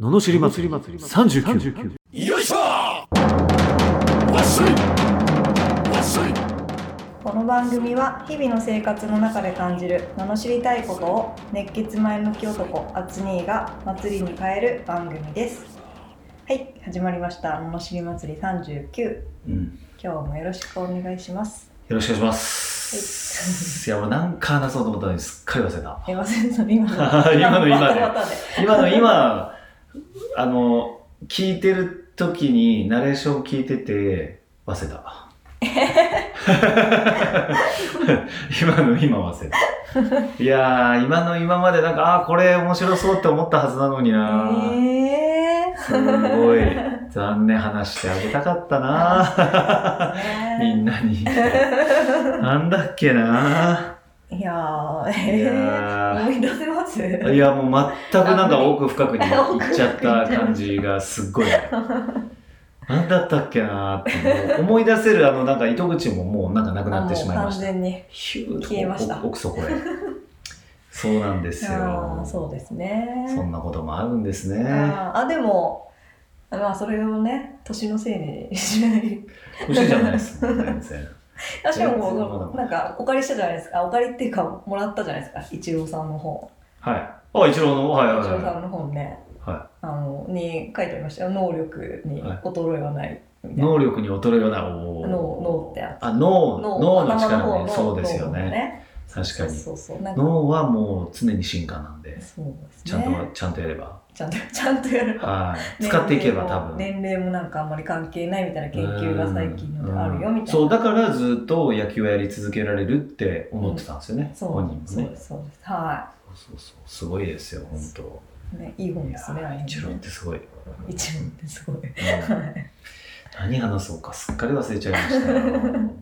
ののしり祭り39よいしょわっしょいわっしょいこの番組は日々の生活の中で感じる罵りたいことを熱血前向き男アツニーが祭りに変える番組ですはい始まりました罵り祭り39うん、今日もよろしくお願いしますよろしくお願いします。いや、俺なんか話そうと思ったのにすっかり忘れた。え、忘れた今 今のの今バで タバタで今の今、あの、聞いてる時にナレーション聞いてて忘れ た。今の今忘れた。いやー、今の今までなんか、あーこれ面白そうって思ったはずなのにな。えす ごい残念話してあげたかったなー、みんなになんだっけないやーいえー、や 思い出せますーいやもう全くなんか奥深くに行っちゃった感じがすっごい何だったっけなーって思い出せるあのなんか糸口ももうなんかなくなってしまいましあもう完た全にヒューッと消えました奥底へそうなんですあよーそうですねそんなこともあるんですねあーあでもまあそれをね年のせいにし ない年じゃないですもん全然あし全か然まだもまなんかお借りしたじゃないですかお借りっていうかもらったじゃないですか一郎さんの本はいあ一郎のはい一はい郎はいさんの本ね、はあのに書いてありましたよ能力に衰えはないみたいな、能力に劣るようなおー脳脳ってやつあ脳脳の頭力方ねそうですよね確そかうにそうそうなんか脳はもう常に進化なんでそうですねちゃんと、ちゃんとやれば、ちゃんと ちゃんとやるはい、使っていけば多分年齢もなんかあんまり関係ないみたいな研究が最近のであるよみたいな、うんそうだからずっと野球をやり続けられるって思ってたんですよね、そう本人もねそうですそうですはそうそうそうすごいですよ本い、ね、いい当本いでやすねあれーね一郎って すごい、一郎ってすごいうん何話そうかすっかり忘れちゃいま したよね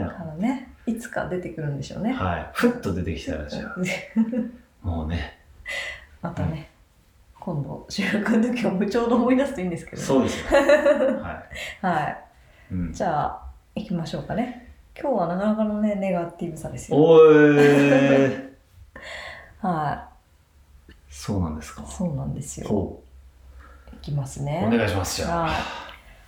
だからねいつか出てくるんでしょうえね、はいふっと出てきたらじゃあもうねまたね、今度収録の時もちょうど思い出すといいんですけどね、そうですよは、はいうんい、じゃあ行きましょうかね今日はなかなかのねネガティブさですよおーいはそうなんですかいそうなんですよほ行きますうねお願いしますじゃあはい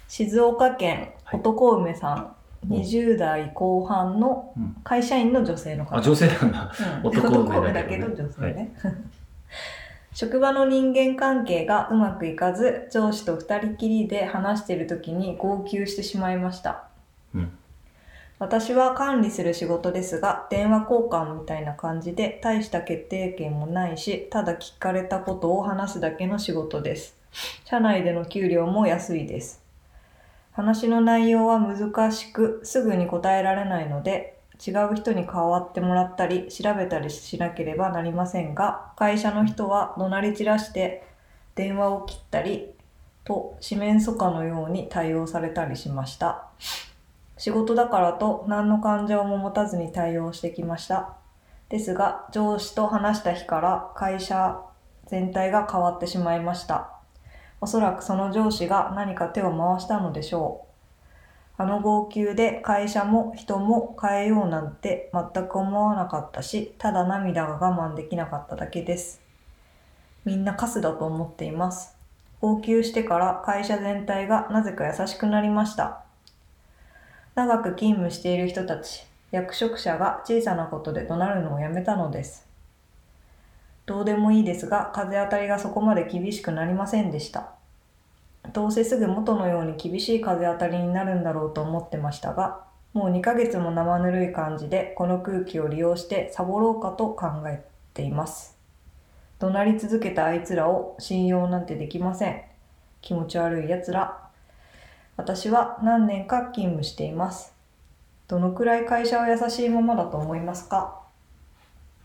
静岡県はい男梅さん、うん20代後半のうん会社員の女性の方、あ女性なんだうん男梅だだけけどどね女性ね、 職場の人間関係がうまくいかず上司と二人きりで話している時に号泣してしまいました、うん私は管理する仕事ですが電話交換みたいな感じで大した決定権もないしただ聞かれたことを話すだけの仕事です社内での給料も安いです話の内容は難しくすぐに答えられないので違う人に代わってもらったり調べたりしなければなりませんが会社の人は怒鳴り散らして電話を切ったりと四面楚歌のように対応されたりしました仕事だからと何の感情も持たずに対応してきましたですが上司と話した日から会社全体が変わってしまいましたおそらくその上司が何か手を回したのでしょう。あの号泣で会社も人も変えようなんて全く思わなかったし、ただ涙が我慢できなかっただけです。みんなカスだと思っています。号泣してから会社全体がなぜか優しくなりました。長く勤務している人たち、役職者が小さなことで怒鳴るのをやめたのです。どうでもいいですが、風当たりがそこまで厳しくなりませんでした。どうせすぐ元のように厳しい風当たりになるんだろうと思ってましたが、もう2ヶ月も生ぬるい感じでこの空気を利用してサボろうかと考えています。怒鳴り続けたあいつらを信用なんてできません。気持ち悪い奴ら。私は何年か勤務しています。どのくらい会社は優しいままだと思いますか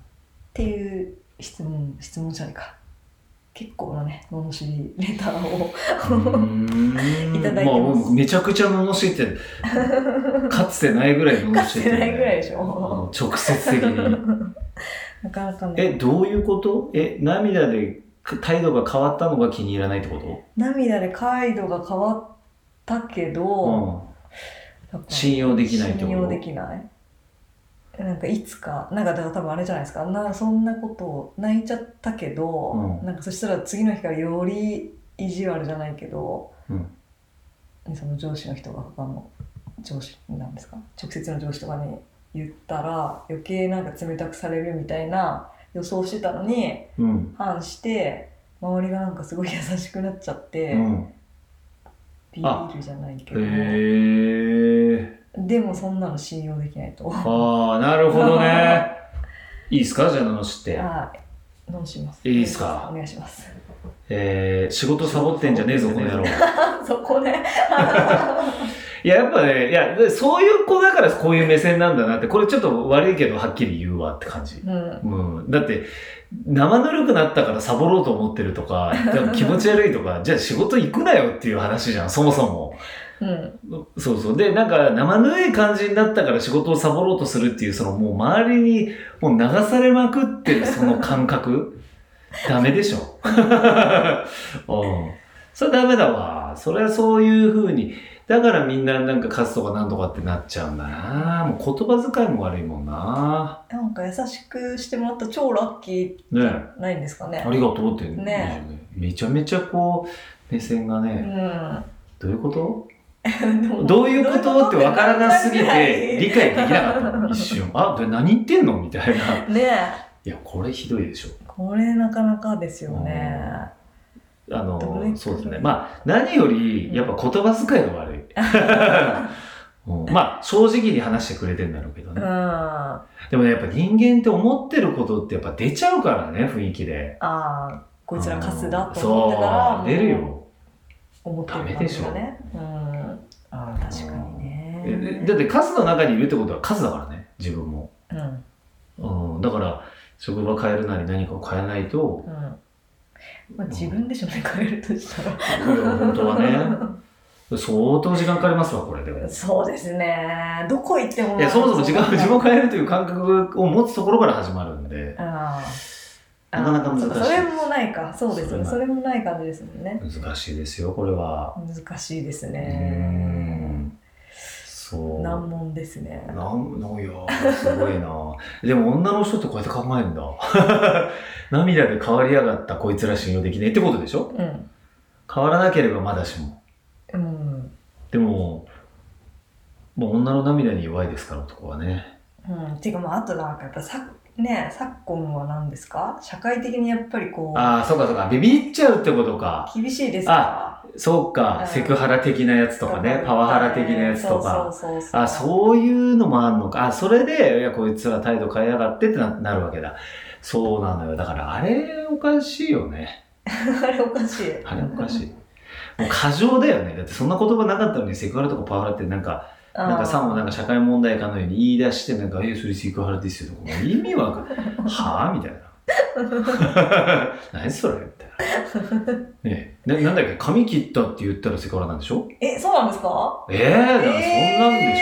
っていう質問、質問じゃないか。結構なね、罵りレターを。いただいてますもうめちゃくちゃ罵ってるかつてないぐらい罵ってる、ね、かつてないぐらいで しょあの直接的 になかなかえね、どういうことえ涙で態度が変わったのが気に入らないってこと、涙で態度が変わったけど、うん、信用できないってこと信用できない。なんかいつかなんかだから多分あれじゃないですかなそんなこと泣いちゃったけど、うんなんかそしたら次の日からより意地悪じゃないけど、うんその上司の人が他の上司なんですか直接の上司とかに言ったら余計なんか冷たくされるみたいな予想してたのにうん反して周りがなんかすごい優しくなっちゃって、うんビールじゃないけど、へえでもそんなの信用できないと。ああなるほど ねいいっすかじゃあ罵ってはい。飲します。いいっすかお願いします。 えー、仕事サボってんじゃねえぞこの野郎そこで。いや、やっぱね、いや、でそういう子だからこういう目線なんだなって、これちょっと悪いけど、はっきり言うわって感じ。 うん。うん。だって、生ぬるくなったからサボろうと思ってるとか、でも気持ち悪いとか、じゃあ仕事行くなよっていう話じゃん、そもそうん。も。そうそう。で、なんか、生ぬるい感じになったから仕事をサボろうとするっていう、そのもう周りにもう流されまくってるその感覚、 ダメでしょ。 うん。それダメだわ。それはそういう風に。だからみんななんか勝つとかなんとかってなっちゃうんだな。もう言葉遣いも悪いもんな。なんか優しくしてもらった超ラッキーねじえゃないんですかね。ありがとうってねねめちゃめちゃこう、目線がね、どういうことうん。 でもどういうことってわからなすぎどう ていう理こ解できなかったの。一瞬。あ、で何言ってんのみたい な。とねえ。いや、これひどいでしょ。これなかなかですよね。あどれの、そうですね。まあ、何より、やっぱ言葉遣いが悪い。 うんまあ、正直に話してくれてんだろうけどうねん。。あでもね、やっぱ人間って思ってることってやっぱ出ちゃうからね、雰囲気で。あ、こいつらカスだだと思ってたら、出る。よ。思ってる感じがね。うん。ああ、確かにえね。だってカスの中にいるってことはカスだからね、自分も。うん。うん。うん、だから、職場変えるなり何かを変えないと、まあ自分でしょうね、変えるとしたら。いや本当はね、相当時間かかりますわ、これでも。 そうですね。どこ行っても。いや、そもそも時間、う自分を変えるという感覚を持つところから始まるんで、ああなかなか難しいそうそれもないか。そうですね。そそれもない感じですもんね。難しいですよ、これは。難しいですうね。ん。そう。難問ですね。なんなんいやーすごいなでも女の人ってこうやって考えるんだ 涙で変わりやがったこいつら信用できねえってことでしょうん。変わらなければまだしもうん。でももう女の涙に弱いですから男はねうん。っていうか、まあ、あとなんかやっぱさ、ね、昨今は何ですか社会的にやっぱりこう、ああそうかそうかビビっちゃうってことか厳しいですかそうか、うんセクハラ的なやつら。とかねパワハラ的なやつとかそうそうそうそう。あそういうのもあんのかあそれでいやこいつら態度変えやがってってななるわけだそうなのよだからあれおかしいよね あれおかしい。あれおかい。しい。もう過剰だよね。だってそんな言葉なかったのにセクハラとかパワハラってなんか、なんかさもなんか社会問題かのように言い出して、なんか、え、それセクハラですよとか、もう意味わかんない。はぁみたいな。 何それみたいな。ねえな、なんだっけ、髪切ったって言ったらセクハラなんでしょえ、そうなんですかえー、だからそんなんでしょ、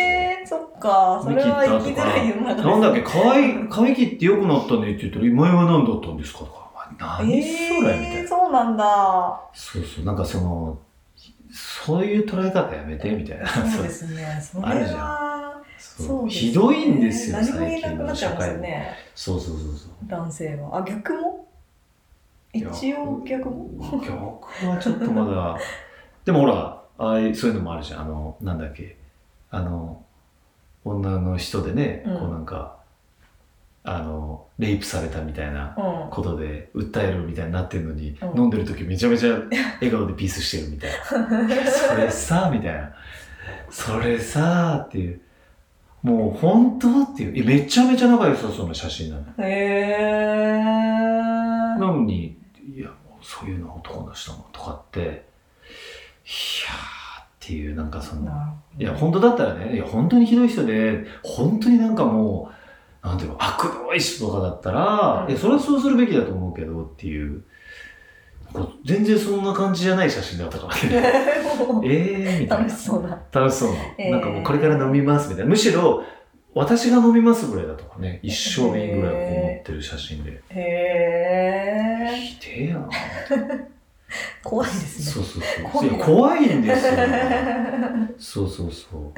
えー、そっか。それは生きづらい世の中ですねなんだっけ、髪髪切って良くなったねって言ったら、前は何だったんですかとか、お前何それみたいなえー、。そうなんだ。 そうそう、なんかその、そういう捉え方やめてみたいな。そうですね。それあるじは、そうそうですねひどいんですよ、何も言最えな近くなのっち社ゃいます会よ。ね。そうそうそうそう。男性は。あ、逆も一応逆も逆はちょっとまだ。でもほら、ああいうそういうのもあるじゃん。あの、なんだっけ。あの、女の人でね、うんこうなんか、あの、レイプされたみたいなうん。あことで訴えるみたいになってるのに、うん飲んでる時めちゃめちゃ笑顔でピースしてるみたいな。それさみたいなそれさっていうもう本当っていういやめちゃめちゃ仲良さそうな写真なのよへえなー。のにいやもうそういうのは男の人もとかっていやーっていうなんかそのいや本当だったらねいや本当にひどい人で本当になんかもうなんていうの悪どい人とかだったら、うんいやそれはそうするべきだと思うけどっていうなんか全然そんな感じじゃない写真だったからね ええみたい楽なしそうな。楽しそうな、えーなんかもうこれから飲みますみたいなむしろ私が飲みますぐらいだとかね一生瓶ぐらいをこう持ってる写真で、へえひでえな怖いですそねうそう怖そういいや怖いんですよそ うそうそう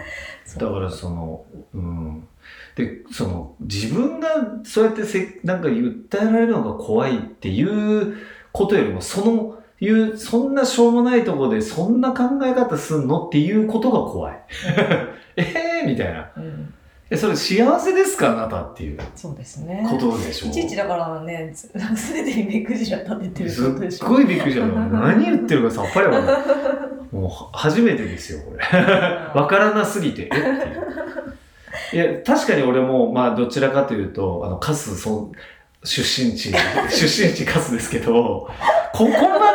そうだからそのうんでその自分がそうやってせなんか訴えられるのが怖いっていうことよりもそのいうそんなしょうもないとこでそんな考え方すんのっていうことが怖い えーみたいなうん、えそれ幸せですかあなたっていうそうですねことでしょいちいちだからねすべてに目くじら立ててるすことでしっょごいびっくりしたの何言ってるかさっぱりわかんないもうは初めてですよこれわからなすぎて、えっていう。いや、確かに俺も、まあ、どちらかというと、あの、カス、そん出身地、出身地カスですけど、ここま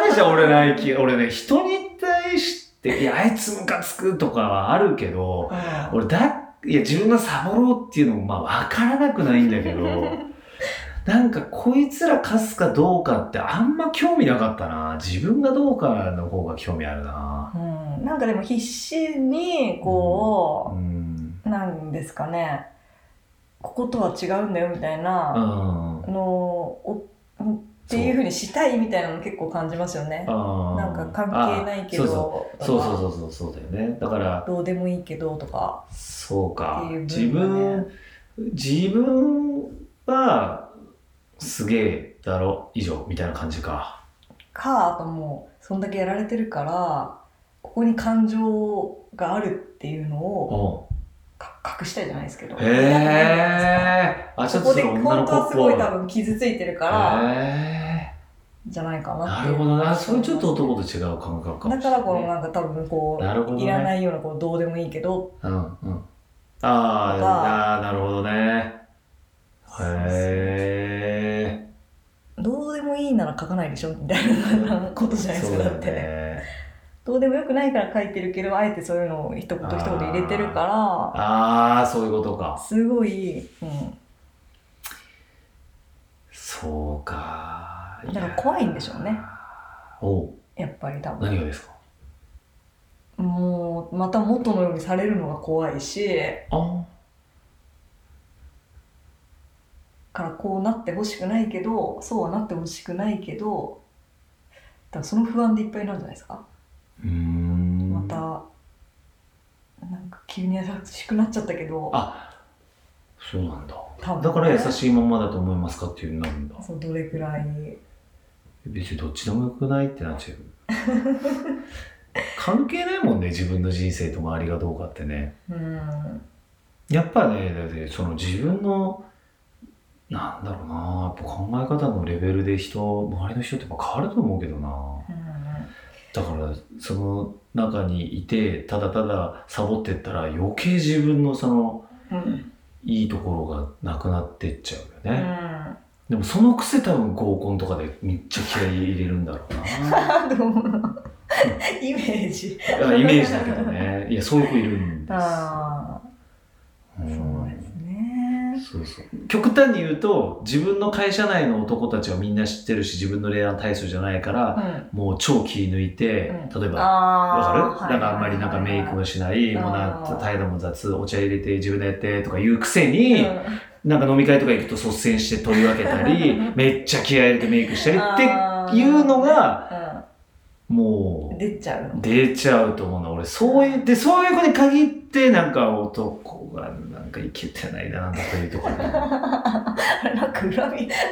でじゃ俺ない気、俺ね、人に対して、いや、あいつムカつくとかはあるけど、うん俺だ、いや、自分がサボろうっていうのも、まあ、わからなくないんだけど、なんか、こいつらカスかどうかってあんま興味なかったな。自分がどうかの方が興味あるな。うん、なんかでも必死にこうん。。う、なんですかねこことは違うんだよみたいうなんのをっていうふうにしたいみたいなの結構感じますよねななんか関係ないけどそうそうとかそうそうそうそうだよねだからどうでもいいけどとかそうかってい自う分分自分はすげえだろ以上みたいな感じかかあともうそんだけやられてるからここに感情があるっていうのおをか隠したいじゃないですけどへえあちょっこそとこでれ女の本当子っはすぽごいい多分傷ついてるからへじゃないかえななっているうほどなそれちょっと男と違う感覚かもだしれなからいこのなんか多分こなるほどうねいらないようなこうどうでもいいけどうんうんあーとかあーなるほどねへどうでもいいなら書かないでしょみたいなことじゃえないでそすうかだだよってねねどうでもよくないから書いてるけどあえてそういうのを一言一言入れてるかああそういうことからすごい、うん、そうか。だから怖いんでしょうね。おうやっぱり多分何がですかもうまた元のようにされるのが怖いしあからこうなってほしくないけどそうはなってほしくないけどだからその不安でいっぱいなんじゃないですか、うーん。またなんか急に優しくなっちゃったけどあそうなんだ。多分だから優しいまんまだと思いますかっていうのになるんだ。そうどれくらい別にどっちでもよくないってなっちゃう。 関係ないもんね、自分の人生と周りがどうかってね。うんやっぱね、だってその自分の、なんだろうな、やっぱ考え方のレベルで人、周りの人ってやっぱ変わると思うけどな。うだからその中にいてただただサボってったら余計自分のそのんうんいいところがなくなってっちゃうようね、んでもそのくせ多分合コンとかでめっちゃ気合い入れるんだろうあどうもイメージなあイメージだけどねいやそういう子いるんですああうそうでんすねそうそう極端に言うと自分の会社内の男たちはみんな知ってるし自分の恋愛対象じゃないからうんもう超気抜いて、うん例えばわかる、あーなんかあんまりなんかメイクもしない、はいもうはいはいなんか態度も雑、お茶入れて自分でやってとか言うくせに、うんなんか飲み会とか行くと率先して取り分けたり、めっちゃ気合い入れてメイクしたりっていうのが、うんも出ちゃううの出ちゃうと思うな。俺、そういう、で、そういう子に限って、なんか男がなんかいけてないな、なんかというとこ ろ。あれなんか恨み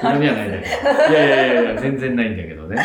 恨みはないんだけど。いやいやいやいや、全然ないんだけどね。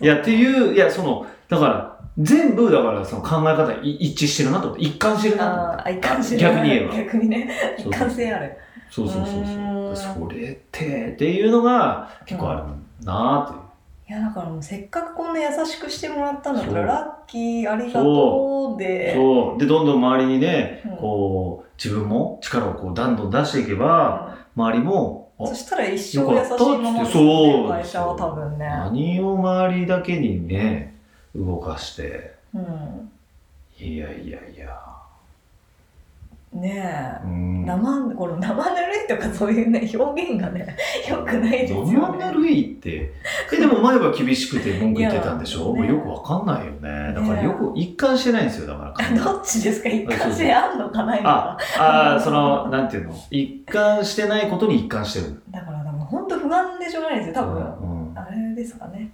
いや、っていう、いや、その、だから、全部、だから、その考え方い一致してるなと思って、一貫してるなと思って。ああ一貫性逆に言えば。逆にねそう一そう貫性あるそうそうそううそーう。それって、っていうのが結構あるなーっていやだからもうせっかくこんな優しくしてもらったんだったそらうラッキーありがとうでいう。そう。で、どんどん周りにね、うんこう、自分も力をこう、どんどん出していけうば、ん周りも、あそしたら一生よ優かしったっつっいままて、でそう。会社は多分ね、何を周りだけにね、動かして、ういやいやいや。ん、ねうえ、ん。生この生ぬるいとかそういうね 表現がねよくないですよね生ぬるいってえでも前は厳しくて文句言ってたんでしょ、いや ねもうよくわかんないよねだからねよく一貫してないんですよだから どっちですか一貫性あんのかないのあかあーそのなんていうの一貫してないことに一貫してるだから多分本当不安でしょうがないですよ多分、うんうんあれですかね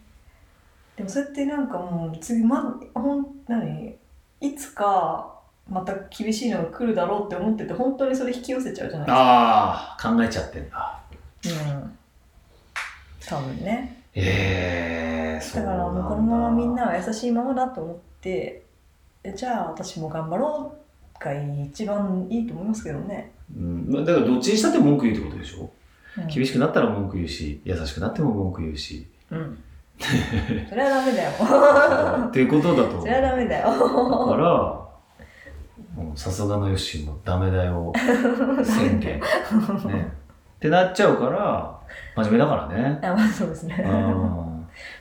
でもそれってなんかもう次まほん何いつかまた厳しいのが来るだろうって思ってて本当にそれ引き寄せちゃうじゃないああ、考えちゃってんだ。ですか。うん多分ねええー、そうなだかんだ。らもうこのままみんなは優しいままだと思ってえじゃあ私も頑張ろうが一番いいと思いますけどね、うん、まあだからどっちにしたって文句言うってことでしょ、うん、厳しくなったら文句言うし、優しくなっても文句言うし。 うん。それはダメだよ。っていうことだと思う。それはダメだよ。 だから、もうさすがのヨッシーもダメだ よ宣言。ね。ってなっちゃうから、真面目だからね。あ、まあそうですね。うん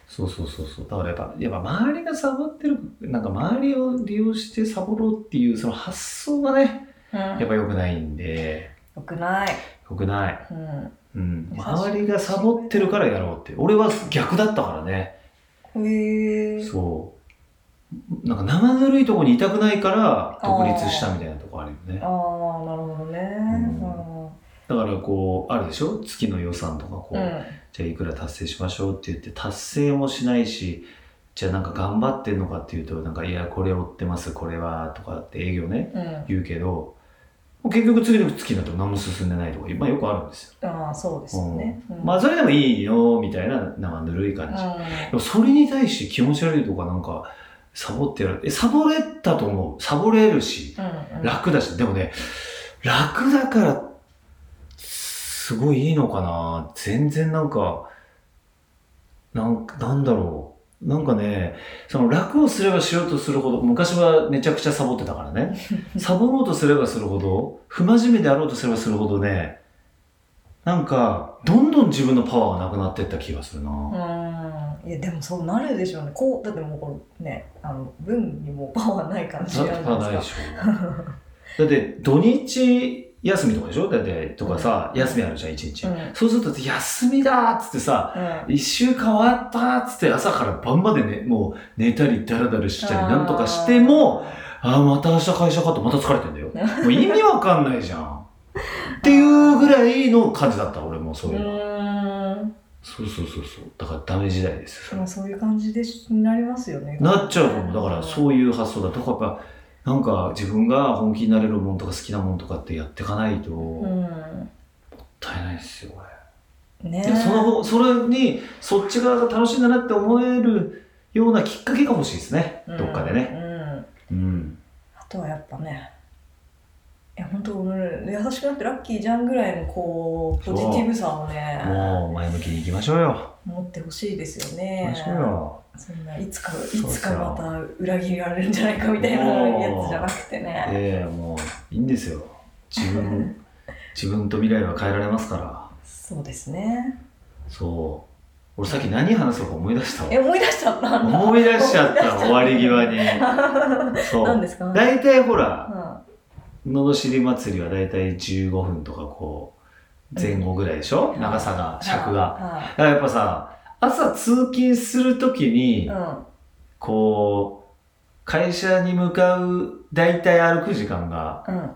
そうそうそうそう。だからやっぱ、やっぱ周りがサボってる、なんか周りを利用してサボろうっていうその発想がね、やっよぱ良くないんで、くない。良くない。うん。うん。優しい周りがサボってるからやろうって。俺は逆だったからね。へえ。そう。なんか生ぬるいとこにいたくないから独立したみたいなとこあるよねあ。あ、なるほどね。だからこう、あるでしょ月の予算とかこうう、ん。じゃあいくら達成しましょうって言って達成もしないし、じゃあなんか頑張ってんのかっていうと、なんかいや、これ追ってます、これは、とかって営業ね、うん。うん言うけど、結局次の月になっても何も進んでないとか、まあよくあるんですよ。ああ、そうですよね。うんまあそれでもいいよ、みたいな生ぬるい感じ。でもそれに対して気持ち悪いとかなんか、サボってやる。え、サボれたと思う。サボれるし、うん。うん。楽だし、でもね、楽だから、すごいいいのかな全然なんか、なんなんだろう。なんかね、その楽をすればしようとするほど、昔はめちゃくちゃサボってたからね。 サボろうとすればするほど、不真面目であろうとすればするほどね、なんか、どんどん自分のパワーがなくなってった気がするな。うん。いや、でもそうなるでしょうね。こう、だってもうこれね、あの、文にもパワーない感じだなってんでパすないでか。しょ。だって土日休みとかでしょだってとかさ、休みあるじゃん、一日。うんそうすると、休みだーっつってさ、うん。一週間終わったーっつって朝から晩までね、もう寝たりダラダラしたりなんとかしても、ああ、また明日会社かとまた疲れてんだよ。もう意味わかんないじゃん。っていうぐらいの感じだった、俺もそうういうの。ーん。そうそうそうそう。だからダメ時代ですでよもそういう感じでしになりますよね。なっちゃうと思う。だからそういう発想だとか、やっぱ、なんか自分が本気になれるもんとか好きなもんとかってやっていかないと、うもっん。たいないですよ、これ。ねいやその方それにそっち側が楽しいんだなって思えるようなきっかけが欲しいですね、どっかでね、うんうんうん、あとはやっぱねいや本当俺優しくなってラッキーじゃんぐらいのこうポジティブさをねもう前向きにいきましょうよ、持ってほしいですよ行きねましょうよそんないつかいそうそうつかまた裏切られるんじゃないかみたいなやつじゃなくてねええもういいんですよ自 分自分と未来は変えられますからそうですねそう俺さっき何話そうか思い出したわえ思い出したなんだ思い出しちゃった終わり際 にそ何うですか大体ほうらんののしり祭りは大体15分とかこう前後ぐらいでしょ、うん長さが尺が、はだからやっぱさ、朝通勤するときいにう、んこう、会社に向かう、だいたい歩く時間が、うん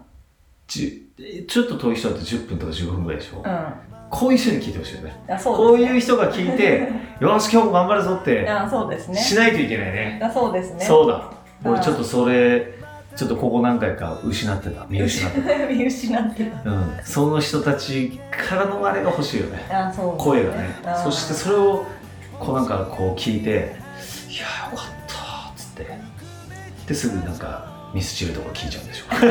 じゅちょっと遠い人だと10分とか15分ぐらいでしょ、うんこういう人に聞いてほしいよね。あこそううですいうね人が聞い て、よし、今日も頑張るぞって、あそうですねしないといけないね。あそうですねそうだ。う俺んちょっとそれ、ちょっとここ何回か失ってた。見失って 見失ってた。うん。その人たちからのあれが欲しいよね。たあそうです声がねあーそしてそれをこうなんかこう聞いて「いやーよかった」っつってですぐなんかミスチルとか聞いちゃうんでしょ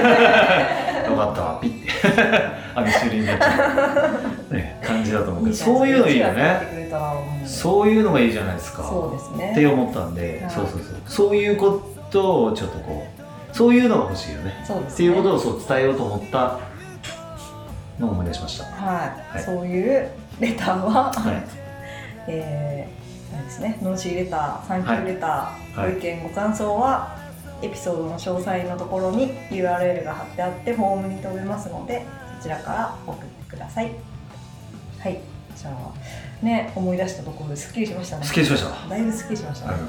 よかったピッて あミスチルになっちゃう、ね、感じだと思うけどそういうのいいよねそうそういうのがいいじゃないですかそうですね。って思ったんで、はいそうそうそうそういうことをちょっとこうそういうのが欲しいよねそうですね。っていうことをそう伝えようと思ったのを思い出しましたはい、はいそういうレターは、 はいえー、なんですね。ノンシーレター、サンキューレター、はいご意見ご感想はエピソードの詳細のところに URL が貼ってあってフォームに飛べますので、そちらから送ってください。はい、じゃあね思い出したところですっきりしましたね。すっきりしましたあだいぶすっきりしましりたがと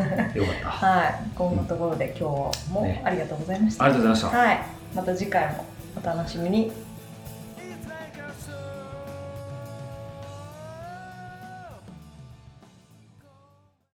うございますね。はいよかった。はい、こんなところで今日もねありがとうございました。ありがとうございました。はい、また次回もお楽しみに。